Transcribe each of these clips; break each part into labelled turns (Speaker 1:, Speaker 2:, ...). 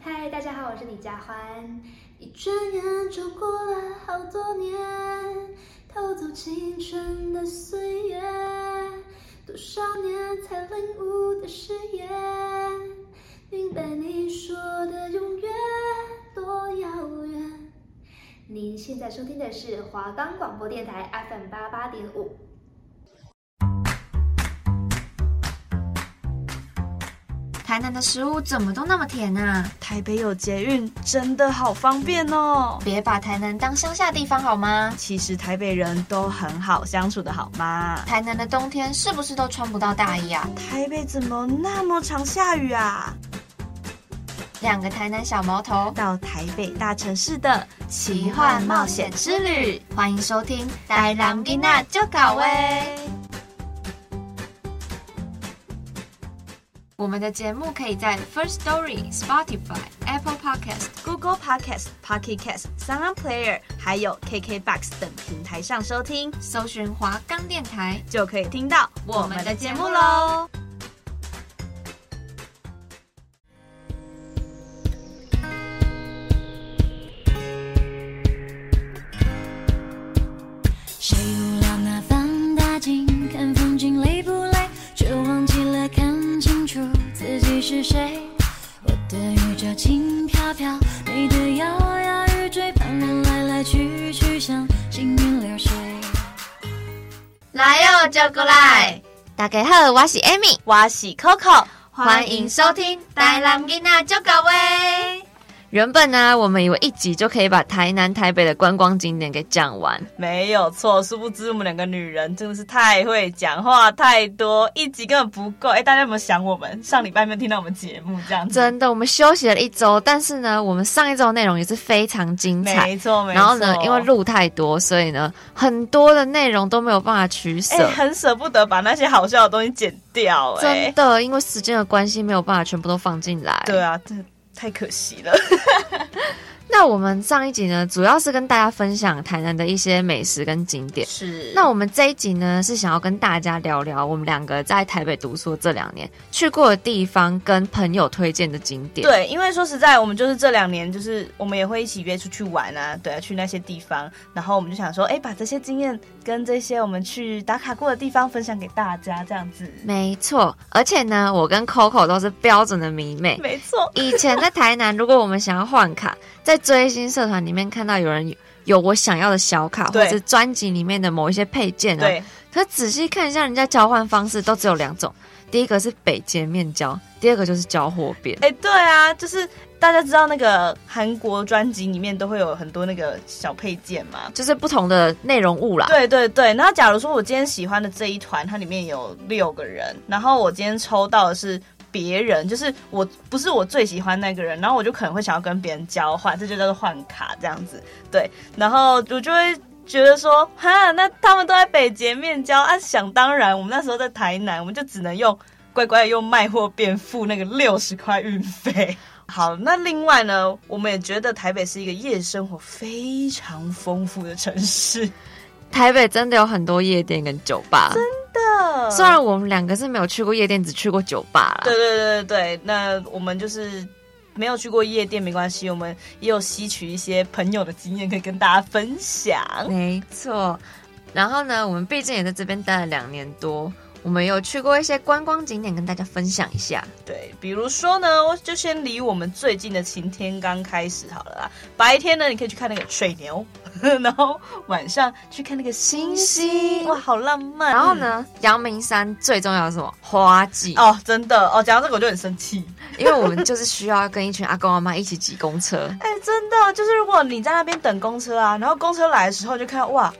Speaker 1: 嗨，大家好，我是李佳欢。一转眼就过了好多年，偷走青春的岁月，多少年才领悟的誓言，明白你说的永远多遥远。您现在收听的是华冈广播电台 FM 八八点五。
Speaker 2: 台南的食物怎么都那么甜啊！
Speaker 3: 台北有捷运，真的好方便哦。
Speaker 2: 别把台南当乡下地方好吗？
Speaker 3: 其实台北人都很好相处的，好吗？
Speaker 2: 台南的冬天是不是都穿不到大衣啊？
Speaker 3: 台北怎么那么常下雨啊？
Speaker 2: 两个台南小毛头
Speaker 3: 到台北大城市的
Speaker 2: 奇幻冒险之旅，欢迎收听《台南囡仔就搞喂》。我们的节目可以在 First Story、Spotify、Apple Podcast、
Speaker 3: Google Podcast、Pocket Cast、Sound On Player 还有 KKBox 等平台上收听，
Speaker 2: 搜寻华冈电台。
Speaker 3: 就可以听到我们的节目喽。
Speaker 4: 谁无聊拿放大镜看风景累不累，却忘记了看清楚自己是谁。我的宇宙轻飘飘，你的摇摇欲坠，旁人来来去去像行云流水。
Speaker 2: 来哟、哦，就过来！大家好，我是 Amy，
Speaker 3: 我是 Coco，
Speaker 2: 欢迎收听《台南囡仔就搞喂》。原本呢、我们以为一集就可以把台南、台北的观光景点给讲完，
Speaker 3: 没有错，殊不知我们两个女人真的是太会讲话，太多，一集根本不够。哎，大家有没有想我们？上礼拜没有听到我们节目这样子？
Speaker 2: 真的，我们休息了一周，但是呢，我们上一周的内容也是非常精彩。
Speaker 3: 没错，没错。
Speaker 2: 然后呢，因为路太多，所以呢，很多的内容都没有办法取舍
Speaker 3: 哎、。很舍不得把那些好笑的东西剪掉、
Speaker 2: 真
Speaker 3: 哎，
Speaker 2: 的，因为时间的关系，没有办法全部都放进来。
Speaker 3: 对啊，这太可 惜了。
Speaker 2: 那我们上一集呢，主要是跟大家分享台南的一些美食跟景点。
Speaker 3: 是
Speaker 2: 那我们这一集呢，是想要跟大家聊聊我们两个在台北读书这两年去过的地方，跟朋友推荐的景点。，
Speaker 3: 对，因为说实在，我们就是这两年，就是我们也会一起约出去玩啊，对啊，去那些地方，然后我们就想说，哎，把这些经验跟这些我们去打卡过的地方分享给大家，这样子。
Speaker 2: 没错。而且呢，我跟 Coco 都是标准的迷妹。
Speaker 3: 没错，
Speaker 2: 以前在台南，如果我们想要换卡，在追星社团里面看到有人有我想要的小卡，或
Speaker 3: 对
Speaker 2: 者是专辑里面的某一些配件啊呢、
Speaker 3: 对，
Speaker 2: 可仔细看一下，人家交换方式都只有两种，第一个是北街面交，第二个就是交货边。
Speaker 3: 哎，对啊，就是大家知道那个韩国专辑里面都会有很多那个小配件嘛。
Speaker 2: 就是不同的内容物啦。
Speaker 3: 对对对，那假如说我今天喜欢的这一团，它里面有六个人，然后我今天抽到的是别人，就是我不是我最喜欢那个人，然后我就可能会想要跟别人交换，这就叫做换卡这样子。对，然后我就会。觉得说，哈，那他们都在北捷面交啊，想当然，我们那时候在台南，我们就只能用乖乖的用卖货变付那个六十块运费。好，那另外呢，我们也觉得台北是一个夜生活非常丰富的城市。
Speaker 2: 台北真的有很多夜店跟酒吧，
Speaker 3: 的
Speaker 2: 虽然我们两个是没有去过夜店，只去过酒吧啦。
Speaker 3: 嗯对对对对对，那我们就是没有去过夜店没关系，我们也有吸取一些朋友的经验可以跟大家分享。
Speaker 2: 没错。然后呢，我们毕竟也在这边待了两年多，我们有去过一些观光景点，跟大家分享一下。
Speaker 3: 对，比如说呢，我就先离我们最近的晴天刚开始好了啦。白天呢，你可以去看那个水牛， 然后晚上去看那个星
Speaker 2: 星
Speaker 3: 哇，好浪漫。
Speaker 2: 然后？呢，阳明山最重要的是什么？花季，
Speaker 3: 哦，真的哦，讲到这个我就很生气。
Speaker 2: 因为我们就是需要跟一群阿公阿妈一起挤公车。
Speaker 3: 哎、真的，就是如果你在那边等公车啊，然后公车来的时候就看哇，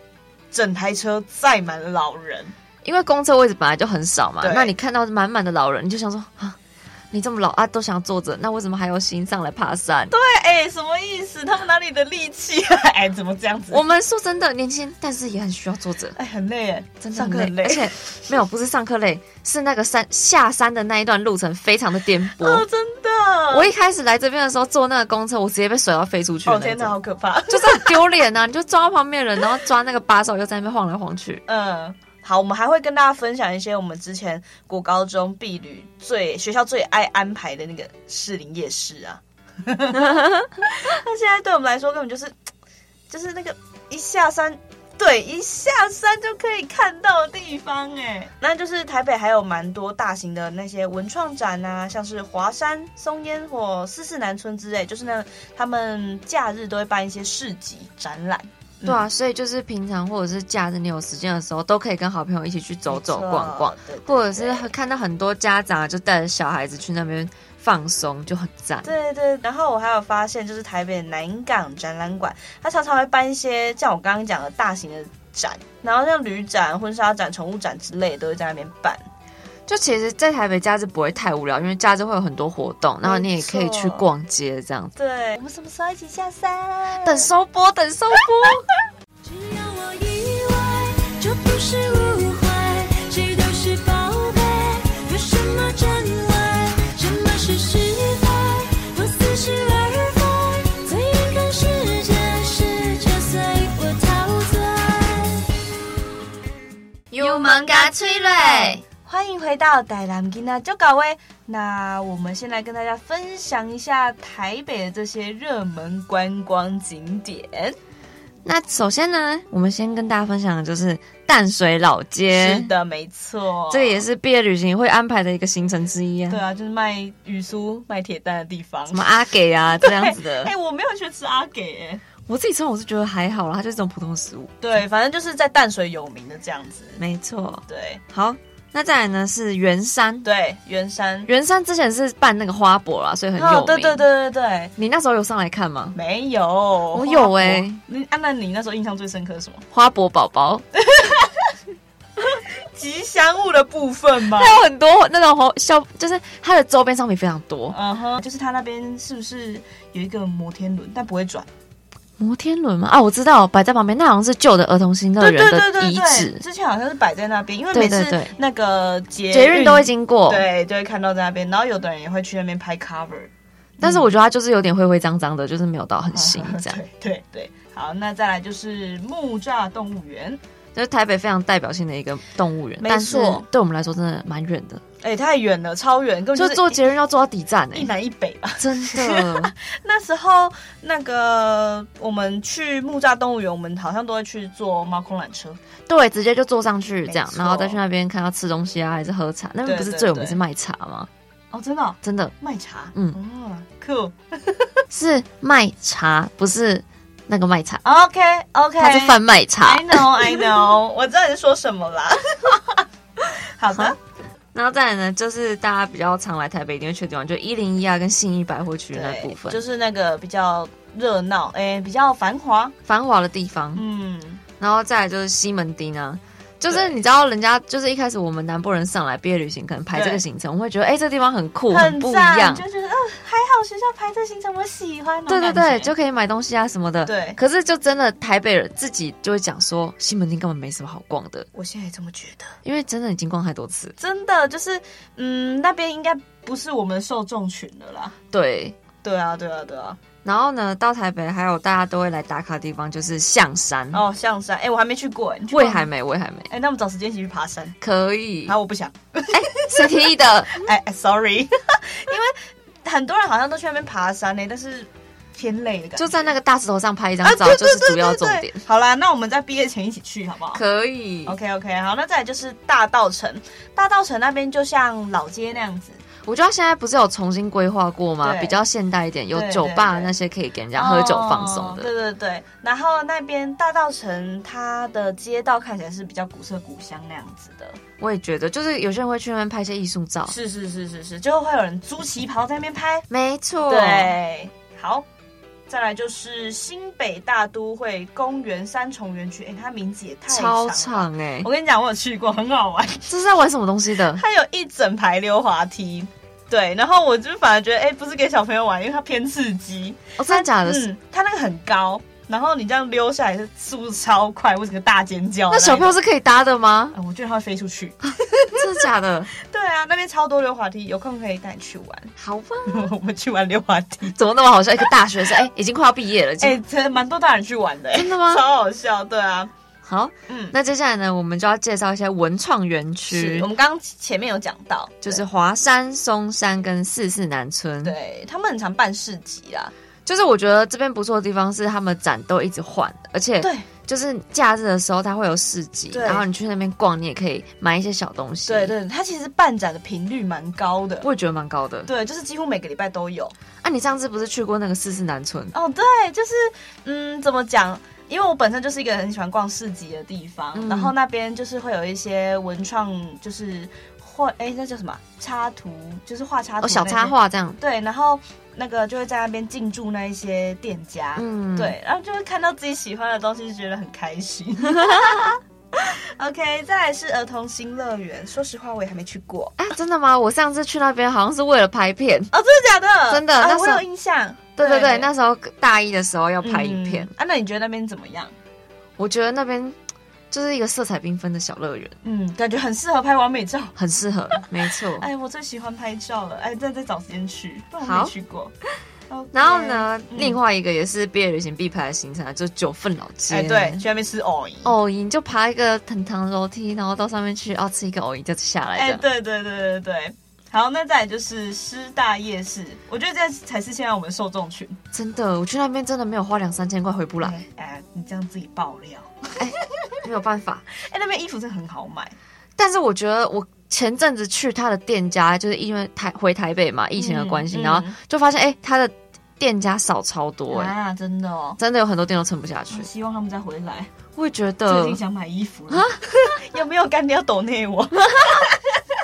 Speaker 3: 整台车载满了老人，
Speaker 2: 因为公车位置本来就很少嘛，
Speaker 3: 对
Speaker 2: 那你看到满满的老人，你就想说啊，你这么老啊，都想坐着，那为什么还有心上来爬山？
Speaker 3: 哎、什么意思？他们哪里的力气、 啊？哎、怎么这样子？
Speaker 2: 我们说真的，年轻，但是也很需要坐着，
Speaker 3: 哎、很累哎，
Speaker 2: 真的
Speaker 3: 上
Speaker 2: 很
Speaker 3: 课
Speaker 2: 累，
Speaker 3: 很累，
Speaker 2: 而且没有不是上课累，是那个山下山的那一段路程非常的颠簸。
Speaker 3: 哦，真的，
Speaker 2: 我一开始来这边的时候坐那个公车，我直接被甩到飞出去的
Speaker 3: 哦
Speaker 2: 那
Speaker 3: 天
Speaker 2: 种，
Speaker 3: 哪，好可怕。
Speaker 2: 就是很丢脸啊 呐！你就抓旁边的人，然后抓那个把手，又在那边晃来晃去。
Speaker 3: 嗯，好，我们还会跟大家分享一些我们之前国高中毕旅最学校最爱安排的那个士林夜市啊。那现在对我们来说根本就是，就是那个一下山，对，一下山就可以看到的地方哎。那就是台北还有蛮多大型的那些文创展啊，像是华山、松烟火、四四南村之类，就是那他们假日都会办一些市集展览。
Speaker 2: 对啊，所以就是平常或者是假日你有时间的时候，都可以跟好朋友一起去走走逛逛，
Speaker 3: 对，对
Speaker 2: 或者是看到很多家长就带着小孩子去那边放松，就很赞。
Speaker 3: 对对，然后我还有发现，就是台北南港展览馆，它常常会办一些像我刚刚讲的大型的展，然后像旅展、婚纱展、宠物展之类的都会在那边办。
Speaker 2: 就其实，在台北假日不会太无聊，因为假日会有很多活动，然后你也可以去逛街这样子。
Speaker 3: 对，我们什么时候一起下山？
Speaker 2: 等收播，等收 播。
Speaker 4: 只要我以为，就不是误会，谁都是宝贝，有什么真伪，什么是是非，我似是而非，最勇敢世界，世界随我陶醉。
Speaker 2: You 们嘎催泪，
Speaker 3: 欢迎回到台南吉娜就搞喂。那我们先来跟大家分享一下台北的这些热门观光景点。
Speaker 2: 那首先呢，我们先跟大家分享的就是淡水老街，
Speaker 3: 是，的，没错，
Speaker 2: 这个也是毕业旅行会安排的一个行程之一啊。
Speaker 3: 对啊，就是卖鱼酥、卖铁蛋的地方。
Speaker 2: 什么阿给啊这样子的
Speaker 3: 哎、，我没有去吃阿给、欸，
Speaker 2: 我自己吃完我是觉得还好啦，它就是这种普通的食物。
Speaker 3: 对，反正就是在淡水有名的这样子。
Speaker 2: 没错，
Speaker 3: 对
Speaker 2: 好，那再来呢是圆山，
Speaker 3: 对，圆山
Speaker 2: 圆山之前是办那个花博啦，所以很有名。
Speaker 3: 哦对对，对对对，
Speaker 2: 你那时候有上来看吗？
Speaker 3: 没有，我
Speaker 2: 有欸
Speaker 3: 你安娜，你那时候印象最深刻是什么？
Speaker 2: 花博宝宝，
Speaker 3: 吉祥物的部分 吗？
Speaker 2: 它有很多那种红小，就是它的周边商品非常多。
Speaker 3: 嗯哼，就是它那边是不是有一个摩天轮，但不会转？
Speaker 2: 摩天轮吗？啊，我知道，摆在旁边，那好像是旧的儿童新乐
Speaker 3: 对
Speaker 2: 园
Speaker 3: 对对
Speaker 2: 的
Speaker 3: 对
Speaker 2: 遗
Speaker 3: 对，
Speaker 2: 址，
Speaker 3: 之前好像是摆在那边，因为
Speaker 2: 对
Speaker 3: 每
Speaker 2: 对
Speaker 3: 次
Speaker 2: 对
Speaker 3: 那个节
Speaker 2: 捷运都会经过。
Speaker 3: 对，就会看到在那边，然后有的人也会去那边拍 cover。
Speaker 2: 但是我觉得它就是有点灰灰脏脏的，就是没有到很 新这样。
Speaker 3: 对对对，好，那再来就是木栅动物园，
Speaker 2: 就是台北非常代表性的一个动物园，
Speaker 3: 没
Speaker 2: 但是
Speaker 3: 错
Speaker 2: 对我们来说真的蛮远的，
Speaker 3: 哎、太远了，超远，根本
Speaker 2: 就是坐
Speaker 3: 一
Speaker 2: 捷运要坐到底站
Speaker 3: 一
Speaker 2: 哎、
Speaker 3: 南一北吧。
Speaker 2: 真的。
Speaker 3: 那时候那个我们去木栅动物园，我们好像都会去坐猫空缆车，
Speaker 2: 对，直接就坐上去这样
Speaker 3: 没，错
Speaker 2: 然后再去那边看到吃东西啊，还是喝茶。那边不是最有名是卖茶吗？
Speaker 3: 哦，真的哦、
Speaker 2: 真的
Speaker 3: 卖茶，
Speaker 2: 嗯
Speaker 3: 哦，cool。
Speaker 2: 是卖茶，不是那个卖茶，
Speaker 3: OK OK，
Speaker 2: 它是贩卖茶
Speaker 3: I。know I know，我知道你在说什么啦。 好的，
Speaker 2: 然后再来呢，就是大家比较常来台北一定会去的地方，就一零一啊跟信义百货区那部分，
Speaker 3: 就是是那个比较热闹，哎、比较繁华，
Speaker 2: 繁华的地方。
Speaker 3: 嗯，
Speaker 2: 然后再来就是西门町啊。就是
Speaker 3: 对
Speaker 2: 你知道，人家就是一开始我们南部人上来毕业旅行，可能排这个
Speaker 3: 对
Speaker 2: 行程，我们会觉得哎、这地方很酷，
Speaker 3: 很
Speaker 2: 不一
Speaker 3: 赞
Speaker 2: 样
Speaker 3: 就，觉得嗯、还好学校排这行程，我喜欢那
Speaker 2: 对对
Speaker 3: 种感觉。
Speaker 2: 对，就可以买东西啊什么的。
Speaker 3: 对
Speaker 2: 可是就真的台北人自己就会讲说，西门町根本没什么好逛的，
Speaker 3: 我现在也这么觉得。
Speaker 2: 因为真的已经逛太多次。
Speaker 3: 真的就是，嗯，那边应该不是我们的受众群的啦。
Speaker 2: 对，
Speaker 3: 对啊，对啊，对啊。
Speaker 2: 然后呢，到台北还有大家都会来打卡的地方就是象山，
Speaker 3: 哦，象山，哎、我还没去过、哎，你去过
Speaker 2: 魏
Speaker 3: 吗
Speaker 2: 海。梅，魏海梅
Speaker 3: 哎、那我们找时间一起去爬山。
Speaker 2: 可以
Speaker 3: 啊，，我不想。
Speaker 2: 谁提议的？
Speaker 3: 哎、哎 s o r r y 因为很多人好像都去那边爬山欸呢、但是偏累的感觉。
Speaker 2: 就在那个大石头上拍一张
Speaker 3: 啊，
Speaker 2: 照，
Speaker 3: 对
Speaker 2: 就
Speaker 3: 对
Speaker 2: 是
Speaker 3: 对
Speaker 2: 主要
Speaker 3: 对
Speaker 2: 重
Speaker 3: 对。
Speaker 2: 点。
Speaker 3: 好啦，那我们在毕业前一起去好不好？
Speaker 2: 可以
Speaker 3: OK OK，好，那再来就是大道城，大道城那边就像老街那样子，
Speaker 2: 我觉得它现在不是有重新规划过吗？
Speaker 3: 对
Speaker 2: 比较现代一点，有
Speaker 3: 对
Speaker 2: 酒吧
Speaker 3: 对对
Speaker 2: 那些可以给人家喝酒放松
Speaker 3: 哦
Speaker 2: 的。
Speaker 3: 对对对，然后那边大道城它的街道看起来是比较古色古香那样子的，
Speaker 2: 我也觉得，就是有些人会去那边拍一些艺术照，
Speaker 3: 是是是是是，就会有人租旗袍在那边拍。
Speaker 2: 没
Speaker 3: 哦
Speaker 2: 错，
Speaker 3: 对，好，再来就是新北大都会公园三重园区，哎，它名字也太
Speaker 2: 超
Speaker 3: 了
Speaker 2: 长哎、
Speaker 3: 我跟你讲，我有去过，很好玩。
Speaker 2: 这是在玩什么东西的？
Speaker 3: 它有一整排溜滑梯，对，然后我就反而觉得，哎、不是给小朋友玩，因为它偏刺激。
Speaker 2: 哦，真的假的？
Speaker 3: 嗯，它那个很高，然后你这样溜下来是速度超快，我整个大尖叫。
Speaker 2: 那小朋友
Speaker 3: 友、
Speaker 2: 是可以搭的吗？
Speaker 3: 呃我觉得它会飞出去。
Speaker 2: 真的假 的？
Speaker 3: 对啊，那边超多溜滑梯，有空可以带你去玩。
Speaker 2: 好吧，
Speaker 3: 我们去玩溜滑 梯，
Speaker 2: 怎么那么好笑？一个大学生，哎、已经快要毕业了，已经
Speaker 3: 哎、真的蛮多大人去玩的、哎
Speaker 2: 真的吗
Speaker 3: 超好笑，对啊。
Speaker 2: 好，
Speaker 3: 嗯，
Speaker 2: 那接下来呢，我们就要介绍一些文创园
Speaker 3: 是
Speaker 2: 区
Speaker 3: 我，们刚刚前面有讲到，
Speaker 2: 就是华山、松山跟四四南村。
Speaker 3: 对，对他们很常办市集啦，
Speaker 2: 就是我觉得这边不错的地方是他们展都一直换，而且
Speaker 3: 对
Speaker 2: 就是假日的时候它会有市集，
Speaker 3: 对
Speaker 2: 然后你去那边逛，你也可以买一些小东西。
Speaker 3: 对，对，它其实办展的频率蛮高的，
Speaker 2: 我也觉得蛮高的。
Speaker 3: 对，就是几乎每个礼拜都有。
Speaker 2: 啊，你上次不是去过那个四四南村？
Speaker 3: 哦，对，就是嗯，怎么讲？因为我本身就是一个很喜欢逛市集的地方，
Speaker 2: 嗯
Speaker 3: 然后那边就是会有一些文创，就是画，哎，那叫什么啊插图，就是画插图、
Speaker 2: 哦，小插。画这样。
Speaker 3: 对，然后那个就会在那边进驻那一些店家，
Speaker 2: 嗯，。
Speaker 3: 啊对，然后就会看到自己喜欢的东西，就觉得很 开心。OK，再来是儿童新乐园，说实话我也还没去过。
Speaker 2: 啊，真的吗？我上次去那边好像是为了拍片。
Speaker 3: 哦，真的假的？
Speaker 2: 真的
Speaker 3: 啊
Speaker 2: 那
Speaker 3: 我
Speaker 2: 时候
Speaker 3: 有印象。
Speaker 2: 对对对，那时候大一的时候要拍影片，
Speaker 3: 嗯啊，那你觉得那边怎么样？
Speaker 2: 我觉得那边就是一个色彩缤纷的小乐园，
Speaker 3: 嗯，感觉很适合拍完美照。
Speaker 2: 很适 合。没错。
Speaker 3: 哎，我最喜欢拍照了。哎，再再找时间去，不然我
Speaker 2: 好
Speaker 3: 没去 过。OK
Speaker 2: 然后？呢，
Speaker 3: 嗯
Speaker 2: 另外一个也是毕业旅行必拍的行程啊，就是九份老街。
Speaker 3: 哎，对，去那边吃藕姨。，
Speaker 2: 藕姨，你就爬一个藤堂楼梯，然后到上面去，哦，吃一个藕姨，再下来。
Speaker 3: 哎，
Speaker 2: 这样。
Speaker 3: 对对对对对。好，那再来就是师大夜市，我觉得这才是现在我们受众群。
Speaker 2: 真的，我去那边真的没有花两三千块回不来，
Speaker 3: 哎，你这样自己爆料。
Speaker 2: 没有办法。
Speaker 3: 哎，那边衣服真的很好买。
Speaker 2: 但是我觉得我前阵子去他的店家，就是因为台回台北嘛，疫情的关系，
Speaker 3: 嗯嗯
Speaker 2: 然后就发现，哎、他的店家少超多、哎、
Speaker 3: 啊，嗯真的哦。
Speaker 2: 真的有很多店都撑不下去。
Speaker 3: 希望他们再回来。
Speaker 2: 我也觉
Speaker 3: 最
Speaker 2: 得
Speaker 3: 近，想买衣服了， 有没有干爹要抖内我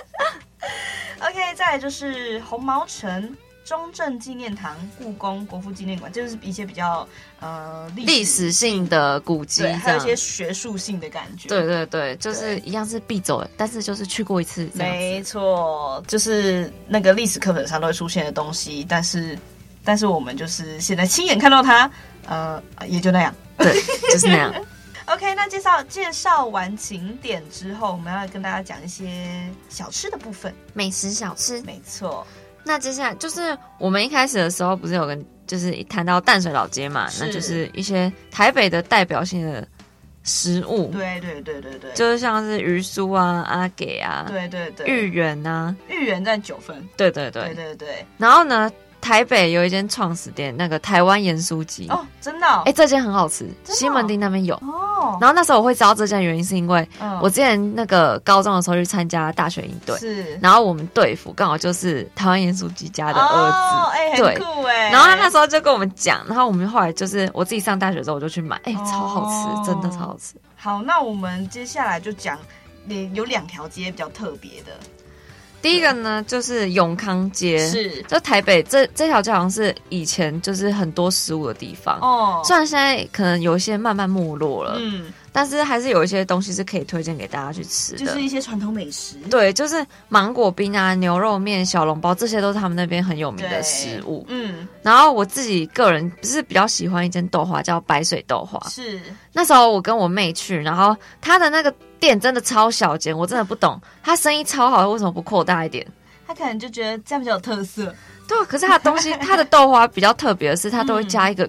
Speaker 3: ？OK，再来就是红毛城、中正纪念堂、故宫、国父纪念馆，这就是一些比较呃历
Speaker 2: 历史性的古迹，
Speaker 3: 对，还有一
Speaker 2: 这
Speaker 3: 些
Speaker 2: 样
Speaker 3: 学术性的感觉。
Speaker 2: 对，对对，就是
Speaker 3: 对
Speaker 2: 一样是必走的，但是就是去过一次这样子。
Speaker 3: 没错，就是那个历史课本上都会出现的东西，但是但是我们就是现在亲眼看到它，呃，也就那样。
Speaker 2: 对，就是那样。
Speaker 3: OK，那介绍介绍完景点之后，我们要跟大家讲一些小吃的部分。
Speaker 2: 美食小吃，
Speaker 3: 没错，
Speaker 2: 那接下来就是我们一开始的时候不是有跟就是谈到淡水老街嘛，
Speaker 3: 是
Speaker 2: 那就是一些台北的代表性的食物，
Speaker 3: 对对对对对，
Speaker 2: 就是像是鱼酥啊、阿给啊、
Speaker 3: 对对对，
Speaker 2: 芋圆啊，
Speaker 3: 芋圆在九分，
Speaker 2: 对对对。
Speaker 3: 对对对，
Speaker 2: 然后呢，台北有一间创始店，那个台湾盐酥鸡，哎、
Speaker 3: 哦，真的哦，
Speaker 2: 这间很好吃，
Speaker 3: 的哦
Speaker 2: 西门町那边有。
Speaker 3: 哦，
Speaker 2: 然后那时候我会知道这间的原因，是因为
Speaker 3: 嗯
Speaker 2: 我之前那个高中的时候去参加大学营队，
Speaker 3: 是
Speaker 2: 然后我们队服刚好就是台湾盐酥鸡家的儿子，
Speaker 3: 哦，哎，
Speaker 2: 对
Speaker 3: 很酷哎，
Speaker 2: 然后他那时候就跟我们讲，然后我们后来就是我自己上大学之后我就去买，哎、
Speaker 3: 哦
Speaker 2: 超好吃，真的超好吃。
Speaker 3: 好，那我们接下来就讲。你有两条街比较特别的，
Speaker 2: 第一个呢就是永康街，
Speaker 3: 是
Speaker 2: 就台北这这条街好像是以前就是很多食物的地方。
Speaker 3: 哦，
Speaker 2: 虽然现在可能有一些慢慢没落了，
Speaker 3: 嗯，
Speaker 2: 但是还是有一些东西是可以推荐给大家去吃的。
Speaker 3: 就是一些传统美食，
Speaker 2: 对，就是芒果冰啊、牛肉面、小笼包，这些都是他们那边很有名
Speaker 3: 对
Speaker 2: 的食物。
Speaker 3: 嗯，
Speaker 2: 然后我自己个人是比较喜欢一间豆花，叫白水豆花。
Speaker 3: 是
Speaker 2: 那时候我跟我妹去，然后她的那个店真的超小间，我真的不懂，她生意超好，为什么不扩大一点？
Speaker 3: 他可能就觉得这样比较有特色，
Speaker 2: 对啊，可是她的东 西，她的豆花比较特别的是，她都会加一个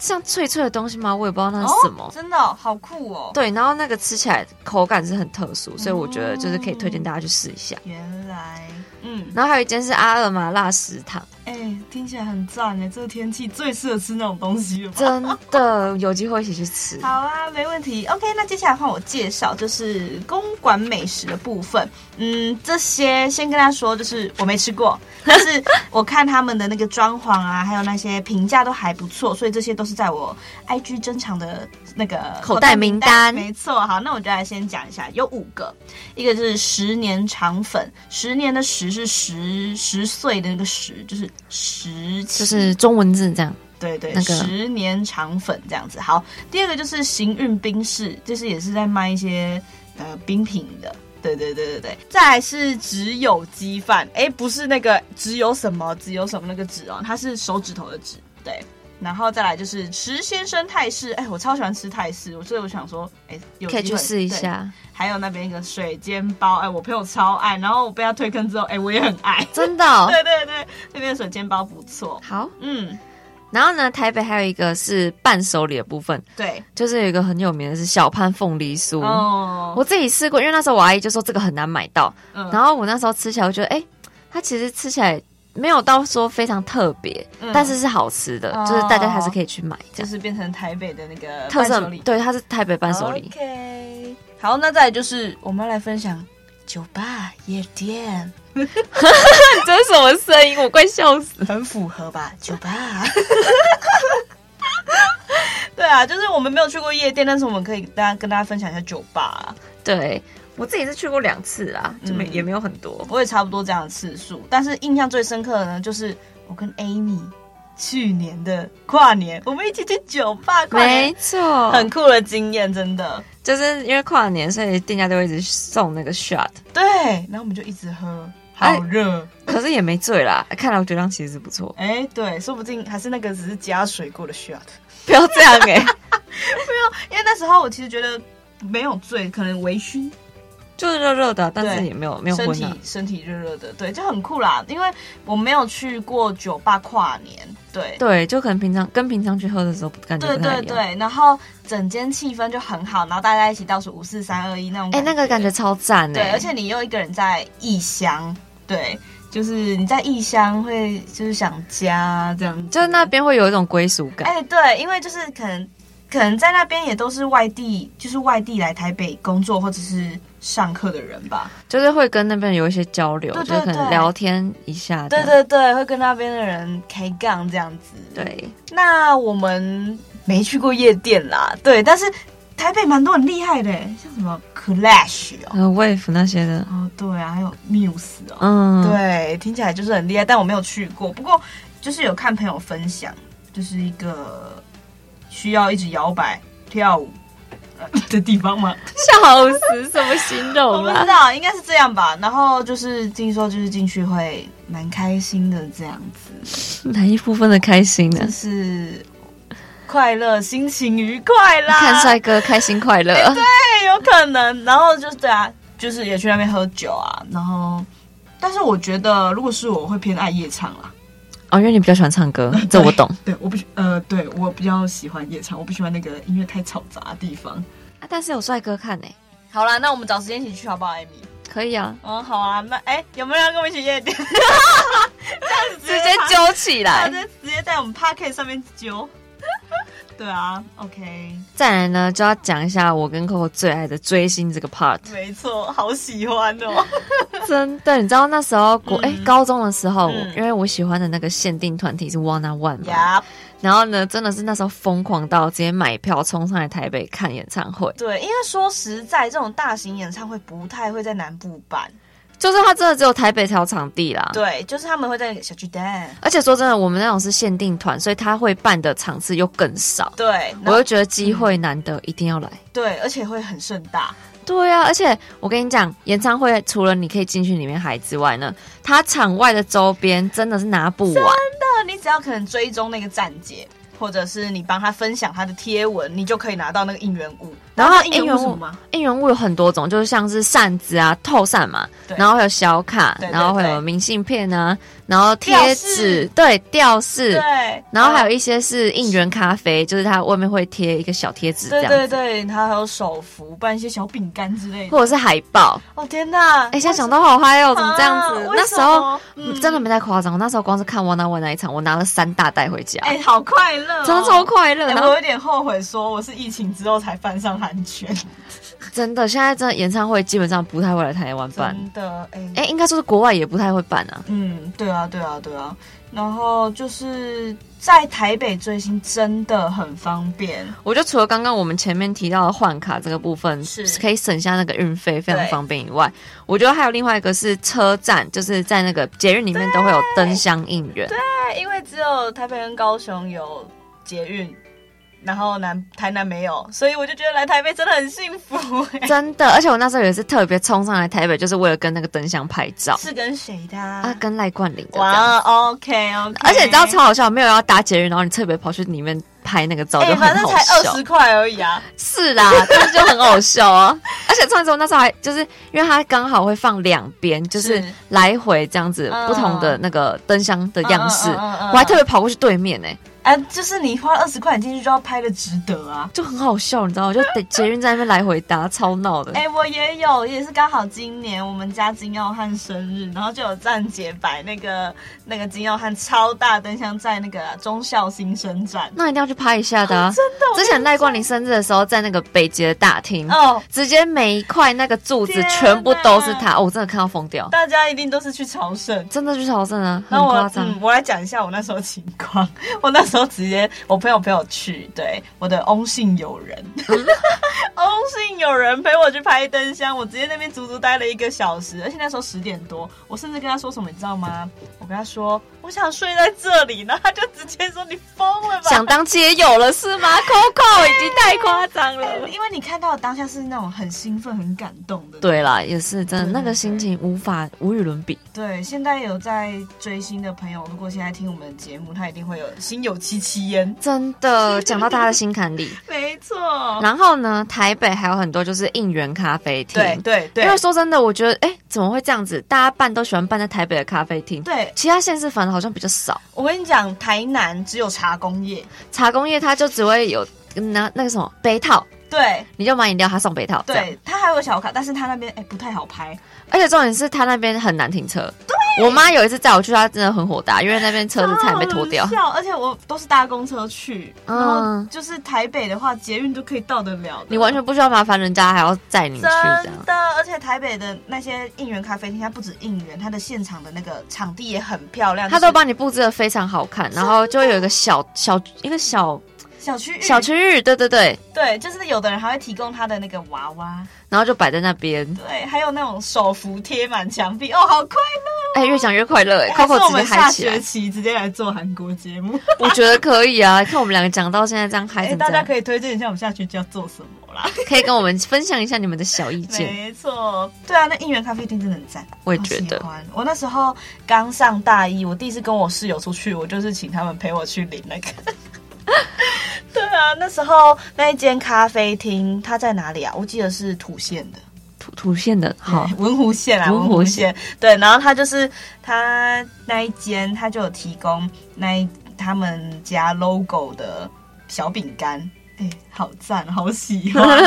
Speaker 2: 像脆脆的东西吗？我也不知道那是什么。
Speaker 3: 真的嗯哦好酷哦。
Speaker 2: 对，然后那个吃起来口感是很特殊，所以我觉得就是可以推荐大家去试一下。
Speaker 3: 原来，嗯，
Speaker 2: 然后还有一间是阿尔麻辣食 堂，
Speaker 3: 哎、听起来很赞哎，这个天气最适合吃那种东西了吧？
Speaker 2: 真的有机会一起去吃。
Speaker 3: 好啊，没问题。OK，那接下来换我介绍，就是公馆美食的部分。嗯，这些先跟大家说，就是我没吃过， 但是我看他们的那个装潢啊，还有那些评价都还不错，所以这些都是在我 IG 珍藏的那个
Speaker 2: 口袋名单
Speaker 3: 没错，好，那我就来先讲一下，有五个，一个就是十年肠粉，十年的十是十十岁的那个十，就是十期，
Speaker 2: 就是中文字这样，
Speaker 3: 对对，
Speaker 2: 那个
Speaker 3: 十年肠粉这样子。好，第二个就是行运冰室，就是也是在卖一些呃冰品的。对对对对对，再来是只有鸡饭，哎，不是那个只有什么只有什么那个指哦，它是手指头的指，对。然后再来就是池先生泰式，哎，我超喜欢吃泰式，我所以我想说，哎，有
Speaker 2: 可以
Speaker 3: 机
Speaker 2: 去
Speaker 3: 会
Speaker 2: 试一。
Speaker 3: 对
Speaker 2: 下。
Speaker 3: 还有那边一个水煎包，哎，我朋友超爱，然后我被他推 坑之后，哎，我也很爱。
Speaker 2: 真的哦、
Speaker 3: 对对对，那边的水煎包不错。
Speaker 2: 好。
Speaker 3: 嗯，
Speaker 2: 然后呢，台北还有一个是伴手礼的部分，
Speaker 3: 对，
Speaker 2: 就是有一个很有名的是小潘凤梨酥。
Speaker 3: 哦，
Speaker 2: 我自己试过，因为那时候我阿姨就说这个很难买到，
Speaker 3: 嗯
Speaker 2: 然后我那时候吃起来，我觉得哎、诶它其实吃起来没有到说非常特别，
Speaker 3: 嗯
Speaker 2: 但是是好吃的，
Speaker 3: 哦
Speaker 2: 就是大家还是可以去买这
Speaker 3: 就
Speaker 2: 样。
Speaker 3: 是变成台北的那个
Speaker 2: 特色
Speaker 3: 伴手礼哦
Speaker 2: 对，它是台北伴手礼。
Speaker 3: OK，好，那再来就是我们要来分享酒吧、夜店，
Speaker 2: 这是什么声音？我快笑死！
Speaker 3: 很符合吧？酒吧。 对啊，就是我们没有去过夜店，但是我们可以大家跟大家分享一下酒吧。
Speaker 2: 对我自己是去过两次啦，就没、
Speaker 3: 嗯
Speaker 2: 也没有很多。
Speaker 3: 我也差不多这样的次数，但是印象最深刻的呢，就是我跟 Amy 去年的跨年，我们一起去酒吧跨
Speaker 2: 没
Speaker 3: 年，
Speaker 2: 错，
Speaker 3: 很酷的经验，真的。
Speaker 2: 就是因为跨年，所以店家都会一直送那个 shot，
Speaker 3: 对，然后我们就一直喝，
Speaker 2: 哎
Speaker 3: 好热。
Speaker 2: 可是也没醉啦。看来我觉得这样其实不错，
Speaker 3: 哎、对，说不定还是那个只是加水过的 shot，
Speaker 2: 不要这样哎、
Speaker 3: 因为那时候我其实觉得没有醉，可能微醺，
Speaker 2: 就是热热的，但是
Speaker 3: 对
Speaker 2: 也没有没有
Speaker 3: 身
Speaker 2: 昏
Speaker 3: 体
Speaker 2: 啊。
Speaker 3: 身体热热的，对，就很酷啦。因为我没有去过酒吧跨年，对。
Speaker 2: 对，就可能平常跟平常去喝的时候感觉
Speaker 3: 对
Speaker 2: 不太
Speaker 3: 对
Speaker 2: 一样。
Speaker 3: 对，然后整间气氛就很好，然后大家一起倒数五四三二一那种
Speaker 2: 哎、
Speaker 3: 感觉，
Speaker 2: 那个感觉超赞哎、
Speaker 3: 对，而且你又一个人在异乡，对，就是你在异乡会就是想家这样子，
Speaker 2: 就是那边会有一种归属感。
Speaker 3: 哎、对，因为就是可能可能在那边也都是外地，就是外地来台北工作或者是上课的人吧。
Speaker 2: 就是会跟那边有一些交流，
Speaker 3: 对对
Speaker 2: 就是可能
Speaker 3: 对
Speaker 2: 聊天一下这
Speaker 3: 对
Speaker 2: 样。
Speaker 3: 对对，会跟那边的人开杠这样子。，
Speaker 2: 对，
Speaker 3: 那我们没去过夜店啦，对，但是台北蛮多很厉害的，欸像什么 Clash 哦，
Speaker 2: 呃，wave 那些的，
Speaker 3: 哦对啊，还有 Muse 哦，
Speaker 2: 嗯，，
Speaker 3: 对，听起来就是很厉害，但我没有去过。不过就是有看朋友分享，就是一个需要一直摇摆跳舞呃的地方吗？
Speaker 2: 笑死，怎么形
Speaker 3: 我
Speaker 2: 容
Speaker 3: 不知
Speaker 2: 啊？
Speaker 3: 道，应该是这样吧。然后就是听说就是进去会蛮开心的这样子，
Speaker 2: 哪一部分的开心呢
Speaker 3: 就？是快乐，心情愉快啦。
Speaker 2: 看帅哥开心快乐，
Speaker 3: 对，有可能。然后就是对啊，就是也去那边喝酒啊。然后，但是我觉得如果是我我会偏爱夜场啦。
Speaker 2: 哦，因为你比较喜欢唱 歌，这我懂。
Speaker 3: 对，哦我不喜呃，对我比较喜欢夜场，我不喜欢那个音乐太嘈杂的地方。
Speaker 2: 啊但是有帅哥看呢、欸
Speaker 3: 好啦，那我们找时间一起去好不好，艾米？
Speaker 2: 可以啊，
Speaker 3: 嗯，好啊。那哎、有没有人要跟我一起夜 店？这样子
Speaker 2: 直接揪起来。
Speaker 3: 直接啊直接在我们 p o c k e t 上面揪。 对啊，OK，
Speaker 2: 再来呢，就要讲一下我跟 Coco 最爱的追星这个 part。
Speaker 3: 没错，好喜欢 哦。
Speaker 2: 真的，你知道那时候国哎、
Speaker 3: 嗯
Speaker 2: 高中的时候，
Speaker 3: 嗯
Speaker 2: 因为我喜欢的那个限定团体是 One on One 嘛
Speaker 3: 呀、
Speaker 2: 然后呢，真的是那时候疯狂到直接买票冲上来台北看演唱会，
Speaker 3: 对，因为说实在，这种大型演唱会不太会在南部办，
Speaker 2: 就是它真的只有台北才有场地啦。
Speaker 3: 对，就是他们会在小巨蛋，
Speaker 2: 而且说真的，我们那种是限定团，所以他会办的场次又更少。
Speaker 3: 对，
Speaker 2: 我
Speaker 3: 然
Speaker 2: 就
Speaker 3: 后
Speaker 2: 觉得机会难得，一定要来。
Speaker 3: 对，而且会很盛大，
Speaker 2: 对啊，而且我跟你讲，演唱会除了你可以进去里面嗨之外呢，它场外的周边真的是拿不完。
Speaker 3: 那你只要可能追踪那个站姐，或者是你帮他分享他的贴文，你就可以拿到那个应援物。
Speaker 2: 然后
Speaker 3: 你知道应援物是什么吗？
Speaker 2: 应援物有很多种，就是像是扇子啊、透扇嘛，
Speaker 3: 对
Speaker 2: 然后还有小卡，
Speaker 3: 对对
Speaker 2: 然后会有明信片啊，然后贴纸，对，吊饰
Speaker 3: 对，，
Speaker 2: 然后还有一些是应援咖啡，就是它外面会贴一个小贴纸这
Speaker 3: 对
Speaker 2: 样
Speaker 3: 对
Speaker 2: 子，
Speaker 3: 对，他还有手幅，不然一些小饼干之类的。
Speaker 2: 或者是海报。
Speaker 3: 哦天哪！
Speaker 2: 哎，现在想到好嗨哦，怎么这样子
Speaker 3: 啊？
Speaker 2: 那时候、
Speaker 3: 为什么嗯
Speaker 2: 真的没太夸张，我那时候光是看 One on One 那一场，我拿了三大袋回家，
Speaker 3: 哎、好快乐、哦，
Speaker 2: 真的超快乐。
Speaker 3: 哎。
Speaker 2: 然
Speaker 3: 我
Speaker 2: 后
Speaker 3: 有点后悔，说我是疫情之后才翻上韩圈，
Speaker 2: 真的，现在真的演唱会基本上不太会来台湾办，
Speaker 3: 真的哎、
Speaker 2: 哎，应该说是国外也不太会办啊。
Speaker 3: 嗯，对啊，对啊，对啊。然后就是在台北追星真的很方便，
Speaker 2: 我觉得除了刚刚我们前面提到的换卡这个部分
Speaker 3: 是
Speaker 2: 可以省下那个运费，非常方便以外，我觉得还有另外一个是车站，就是在那个捷运里面都会有灯箱应援，
Speaker 3: 对，啊因为只有台北跟高雄有捷运，然后南台南没有，所以我就觉得来台北真的很幸福、哎
Speaker 2: 真的。而且我那时候也是特别冲上来台北，就是为了跟那个灯箱拍照
Speaker 3: 是跟谁的啊、
Speaker 2: 啊，跟赖冠霖的这样。
Speaker 3: 哇，OK 哦 OK。
Speaker 2: 而且你知道超好笑，没有要搭捷运，然后你特别跑去里面拍那个照，
Speaker 3: 哎、
Speaker 2: 就
Speaker 3: 反
Speaker 2: 很
Speaker 3: 正
Speaker 2: 好
Speaker 3: 才二
Speaker 2: 笑
Speaker 3: 十。块而已啊。
Speaker 2: 是 啦，但是就很好笑啊。 而且上次我那时候还就是因为它刚好会放两边，就是
Speaker 3: 是
Speaker 2: 来回这样子
Speaker 3: 嗯
Speaker 2: 不同的那个灯箱的样式，
Speaker 3: 嗯嗯嗯嗯嗯
Speaker 2: 我还特别跑过去对面呢、
Speaker 3: 哎、就是你花二十块你进去就要拍的值得啊。
Speaker 2: 就很好笑，你知道吗？就 得捷运在那边来回搭，超闹的。
Speaker 3: 哎、我也有，也是刚好今年我们家金耀汉生日，然后就有站姐摆那个那个金耀汉超大灯箱在那个忠孝新生站。
Speaker 2: 那一定要去拍一下的、啊。
Speaker 3: 真的，我
Speaker 2: 之前赖冠霖生日的时候，在那个北捷的大厅，
Speaker 3: 哦，
Speaker 2: 直接每一块那个柱子
Speaker 3: 天哪
Speaker 2: 全部都是他，哦，我真的看到疯掉，
Speaker 3: 大家一定都是去朝圣。
Speaker 2: 真的去朝圣啊，很
Speaker 3: 那
Speaker 2: 夸
Speaker 3: 我
Speaker 2: 张。
Speaker 3: 嗯，我来讲一下我那时候情况。 我那时候直接，我朋友陪我去，对，我的翁姓友人， 翁姓友人陪我去拍灯箱，我直接那边足足待了一个小时，而且那时候十点多，我甚至跟他说什么，你知道吗？我跟他说我想睡在这里，然后他就直接说你疯了吧？
Speaker 2: 想当街友了是吗？Coco 已经太夸张了。
Speaker 3: 因为你看到的当下是那种很兴奋、很感动的。
Speaker 2: 对啦，也是真的，
Speaker 3: 对
Speaker 2: 那个心情无法无与伦比。
Speaker 3: 对，现在有在追星的朋友，如果现在听我们的节目，他一定会有心有戚戚焉。
Speaker 2: 真的讲到他的心坎里。
Speaker 3: 没错，
Speaker 2: 然后呢，台北还有很多就是应援咖啡厅。
Speaker 3: 对对对
Speaker 2: 因为说真的，我觉得哎、怎么会这样子？大家办都喜欢办在台北的咖啡厅，
Speaker 3: 对，
Speaker 2: 其他县市反而好像比较少。
Speaker 3: 我跟你讲，台南只有茶工业。
Speaker 2: 茶工业它就只会有拿那个什么杯套，
Speaker 3: 对
Speaker 2: 你就买饮料，他送杯套。这样，
Speaker 3: 对，它还有小卡，但是它那边哎、不太好拍。
Speaker 2: 而且重点是他那边很难停车。对，我妈有一次载我去，她真的很火大，因为那边车子差点被拖掉
Speaker 3: 好。笑而且我都是搭公车去，
Speaker 2: 嗯
Speaker 3: 然后就是台北的话，捷运都可以到得了的
Speaker 2: 你完全不需要麻烦人家，还要载你去
Speaker 3: 真
Speaker 2: 这样。
Speaker 3: 的，而且台北的那些应援咖啡厅，它不止应援，它的现场的那个场地也很漂亮，
Speaker 2: 他都
Speaker 3: 就是
Speaker 2: 帮你布置的非常好看，然后就会有一个小小一个小
Speaker 3: 小区域
Speaker 2: 小区域，对对对，
Speaker 3: 对，就是有的人还会提供他的那个娃娃，
Speaker 2: 然后就摆在那边。
Speaker 3: 对，还有那种手幅贴满墙壁，哦，好快
Speaker 2: 哎、越想越快乐哎、
Speaker 3: 乐！
Speaker 2: c o c
Speaker 3: 还是
Speaker 2: o
Speaker 3: 我
Speaker 2: 直接
Speaker 3: 们下
Speaker 2: 嗨起
Speaker 3: 学
Speaker 2: 来，
Speaker 3: 期直接来做韩国节目，
Speaker 2: 我觉得可以啊！看我们两个讲到现在这样嗨
Speaker 3: 哎、
Speaker 2: 成这
Speaker 3: 大家
Speaker 2: 样，
Speaker 3: 可以推荐一下我们下学期要做什 么啦？
Speaker 2: 可以跟我们分享一下你们的小意见。
Speaker 3: 没错，对啊，那应援咖啡厅真的很赞，
Speaker 2: 我也觉得
Speaker 3: 好喜欢。我那时候刚上大一，我第一次跟我室友出去，我就是请他们陪我去领那个。 对啊，那时候那一间咖啡厅它在哪里啊？我记得是土县的，
Speaker 2: 土土县的好
Speaker 3: 对，文湖县啊，
Speaker 2: 文
Speaker 3: 文
Speaker 2: 湖
Speaker 3: 湖
Speaker 2: 县
Speaker 3: 县。对，然后它就是它那一间，它就有提供那一他们家 logo 的小饼干，哎、好赞，好喜 欢。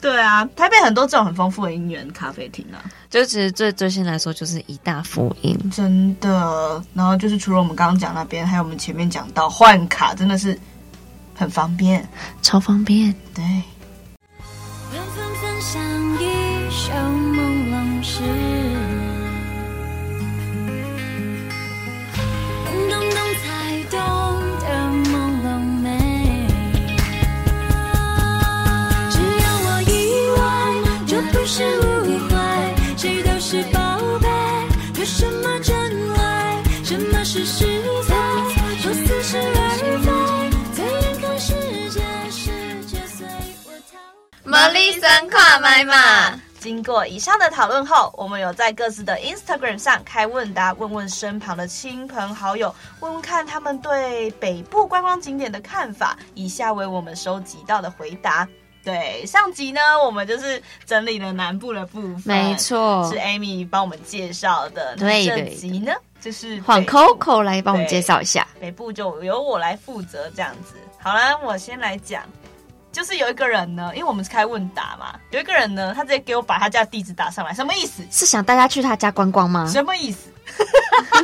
Speaker 3: 对啊，台北很多这种很丰富的姻缘咖啡厅啊，
Speaker 2: 就其实对最新来说就是一大福音。
Speaker 3: 真的。然后就是除了我们刚刚讲那边，还有我们前面讲到换卡，真的是很方便。
Speaker 2: 超方便。
Speaker 3: 对，
Speaker 4: 缘分分享一首朦胧诗，懵懂懂才懂得朦胧美。只要我意外，这不是误会，谁都是宝贝，有什么真爱，什么是实在，我似是而非，最眼看世界，世界随我陶醉。
Speaker 2: 玛丽森跨买嘛，
Speaker 3: 经过以上的讨论后，我们有在各自的 Instagram 上开问答，问问身旁的亲朋好友，问问看他们对北部观光景点的看法。以下为我们收集到的回答。对，上集呢，我们就是整理了南部的部分，
Speaker 2: 没，错
Speaker 3: 是。Amy 帮我们介绍的。
Speaker 2: 对
Speaker 3: 那
Speaker 2: 对
Speaker 3: 这集呢，就是
Speaker 2: 换
Speaker 3: 北部
Speaker 2: Coco 来帮我们介绍一下，
Speaker 3: 北部就由我来负责这样子。好啦，我先来讲，就是有一个人呢，因为我们是开问答嘛，有一个人呢，他直接给我把他家地址打上来，什么意思？
Speaker 2: 是想大家去他家观光吗？
Speaker 3: 什么意思？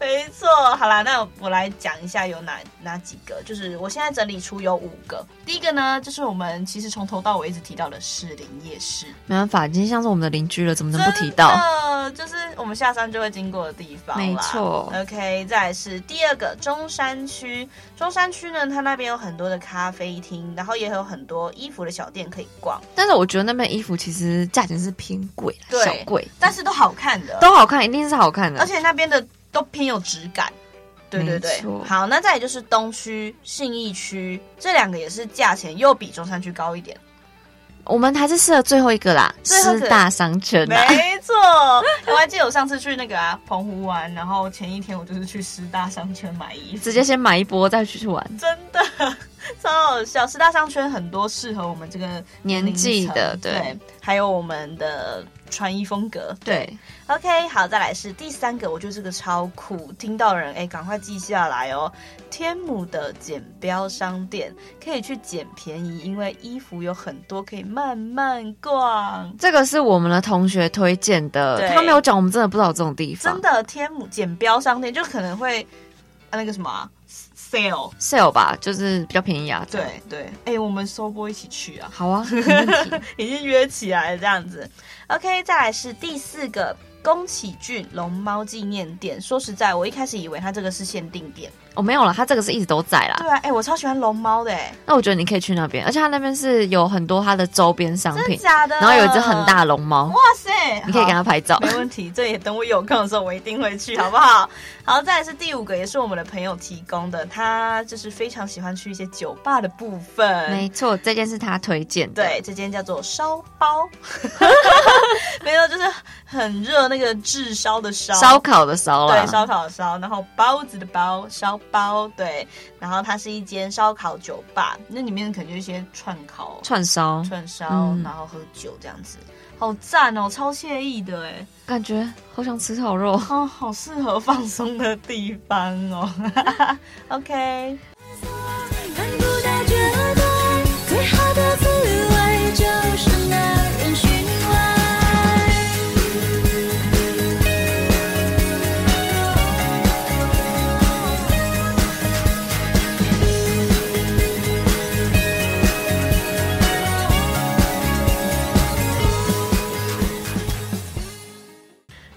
Speaker 3: 没错，好啦，那我来讲一下有哪哪几个，就是我现在整理出有五个。第一个呢，就是我们其实从头到尾一直提到的士林夜市，
Speaker 2: 没办法，今天像是我们的邻居了，怎么能不提
Speaker 3: 真
Speaker 2: 到？
Speaker 3: 的就是我们下山就会经过的地方啦
Speaker 2: 没错
Speaker 3: OK，再来是第二个中山区，中山区呢，它那边有很多的咖啡厅，然后也有很多衣服的小店可以逛，
Speaker 2: 但是我觉得那边衣服其实价钱是偏贵啦，
Speaker 3: 对
Speaker 2: 小贵，
Speaker 3: 但是都好看的，
Speaker 2: 都好看，一定是好看的。
Speaker 3: 而且那边的都偏有质感。对对
Speaker 2: 没
Speaker 3: 对
Speaker 2: 错，
Speaker 3: 好，那再也就是东区、信义区这两个也是价钱又比中山区高一点。
Speaker 2: 我们还是适合最后一个啦，
Speaker 3: 最后一
Speaker 2: 师
Speaker 3: 个
Speaker 2: 大商啊圈啦。
Speaker 3: 没错，我还记得我上次去那个啊澎湖玩，然后前一天我就是去师大商圈买衣 服，
Speaker 2: 直接先买一波再去玩，
Speaker 3: 真的超好笑。四大商圈很多适合我们这个
Speaker 2: 年纪的
Speaker 3: 龄层
Speaker 2: 对
Speaker 3: 对，还有我们的穿衣风格。
Speaker 2: 对，
Speaker 3: OK，好，再来是第三个，我觉得这个超酷，听到人哎，赶快记下来哦。天母的剪标商店可以去捡便宜，因为衣服有很多，可以慢慢逛。
Speaker 2: 这个是我们的同学推荐的，
Speaker 3: 对
Speaker 2: 他没有讲，我们真的不知道有这种地方。
Speaker 3: 真的，天母剪标商店就可能会、啊、那个什么、啊、sale，
Speaker 2: sale 吧，就是比较便宜啊。这样，
Speaker 3: 对对，哎，我们收播一起去啊，
Speaker 2: 好啊， 没问题。
Speaker 3: 已经约起来了这样子。OK，再来是第四个。宫崎骏龙猫纪念店，说实在，我一开始以为它这个是限定店。
Speaker 2: 哦，没有了，他这个是一直都在啦。
Speaker 3: 对啊，哎、我超喜欢龙猫的、哎，
Speaker 2: 那我觉得你可以去那边，而且他那边是有很多他的周边商
Speaker 3: 真的
Speaker 2: 品，
Speaker 3: 假的？
Speaker 2: 然后有一只很大，的龙猫，
Speaker 3: 哇塞，
Speaker 2: 你可以给他拍照
Speaker 3: 好。。没问题，这也等我有空的时候，我一定会去，好不好？ 好，再来是第五个，也是我们的朋友提供的，他就是非常喜欢去一些酒吧的部分
Speaker 2: 没。错，这件是他推荐的。
Speaker 3: 对，这间叫做烧 包， 没有，就是很热那个炙烧的烧，
Speaker 2: 烧烤的啊烧啦
Speaker 3: 对，，烧烤的烧，然后包子的包，烧包，对，然后它是一间烧烤酒吧，那里面可能就一些串烤、
Speaker 2: 串烧，
Speaker 3: 串烧，
Speaker 2: 嗯
Speaker 3: 然后喝酒这样子，好赞哦，超惬意的哎，
Speaker 2: 感觉好想吃烤肉。
Speaker 3: 哦，好适合放松的地方哦。OK，
Speaker 4: 看不到绝对，最好的滋味就是耐人寻味。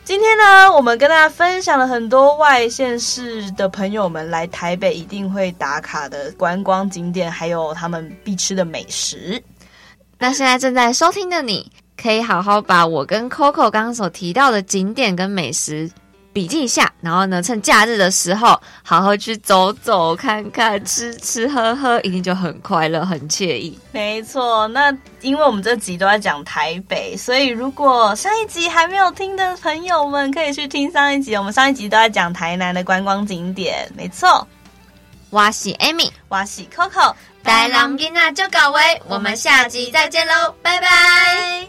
Speaker 3: 今天呢，我们跟大家分享了很多外县市的朋友们来台北一定会打卡的观光景点，还有他们必吃的美食。
Speaker 2: 那现在正在收听的你，可以好好把我跟 Coco 刚刚所提到的景点跟美食笔记一下，然后呢，趁假日的时候，好好去走走看看，吃吃喝喝，一定就很快乐，很惬意。
Speaker 3: 没错，那因为我们这集都在讲台北，所以如果上一集还没有听的朋友们，可以去听上一集。我们上一集都在讲台南的观光景点，没错。
Speaker 2: 哇西 Amy，
Speaker 3: 我是 Coco，
Speaker 2: 带狼囡仔就搞位，我们下集再见喽，拜拜。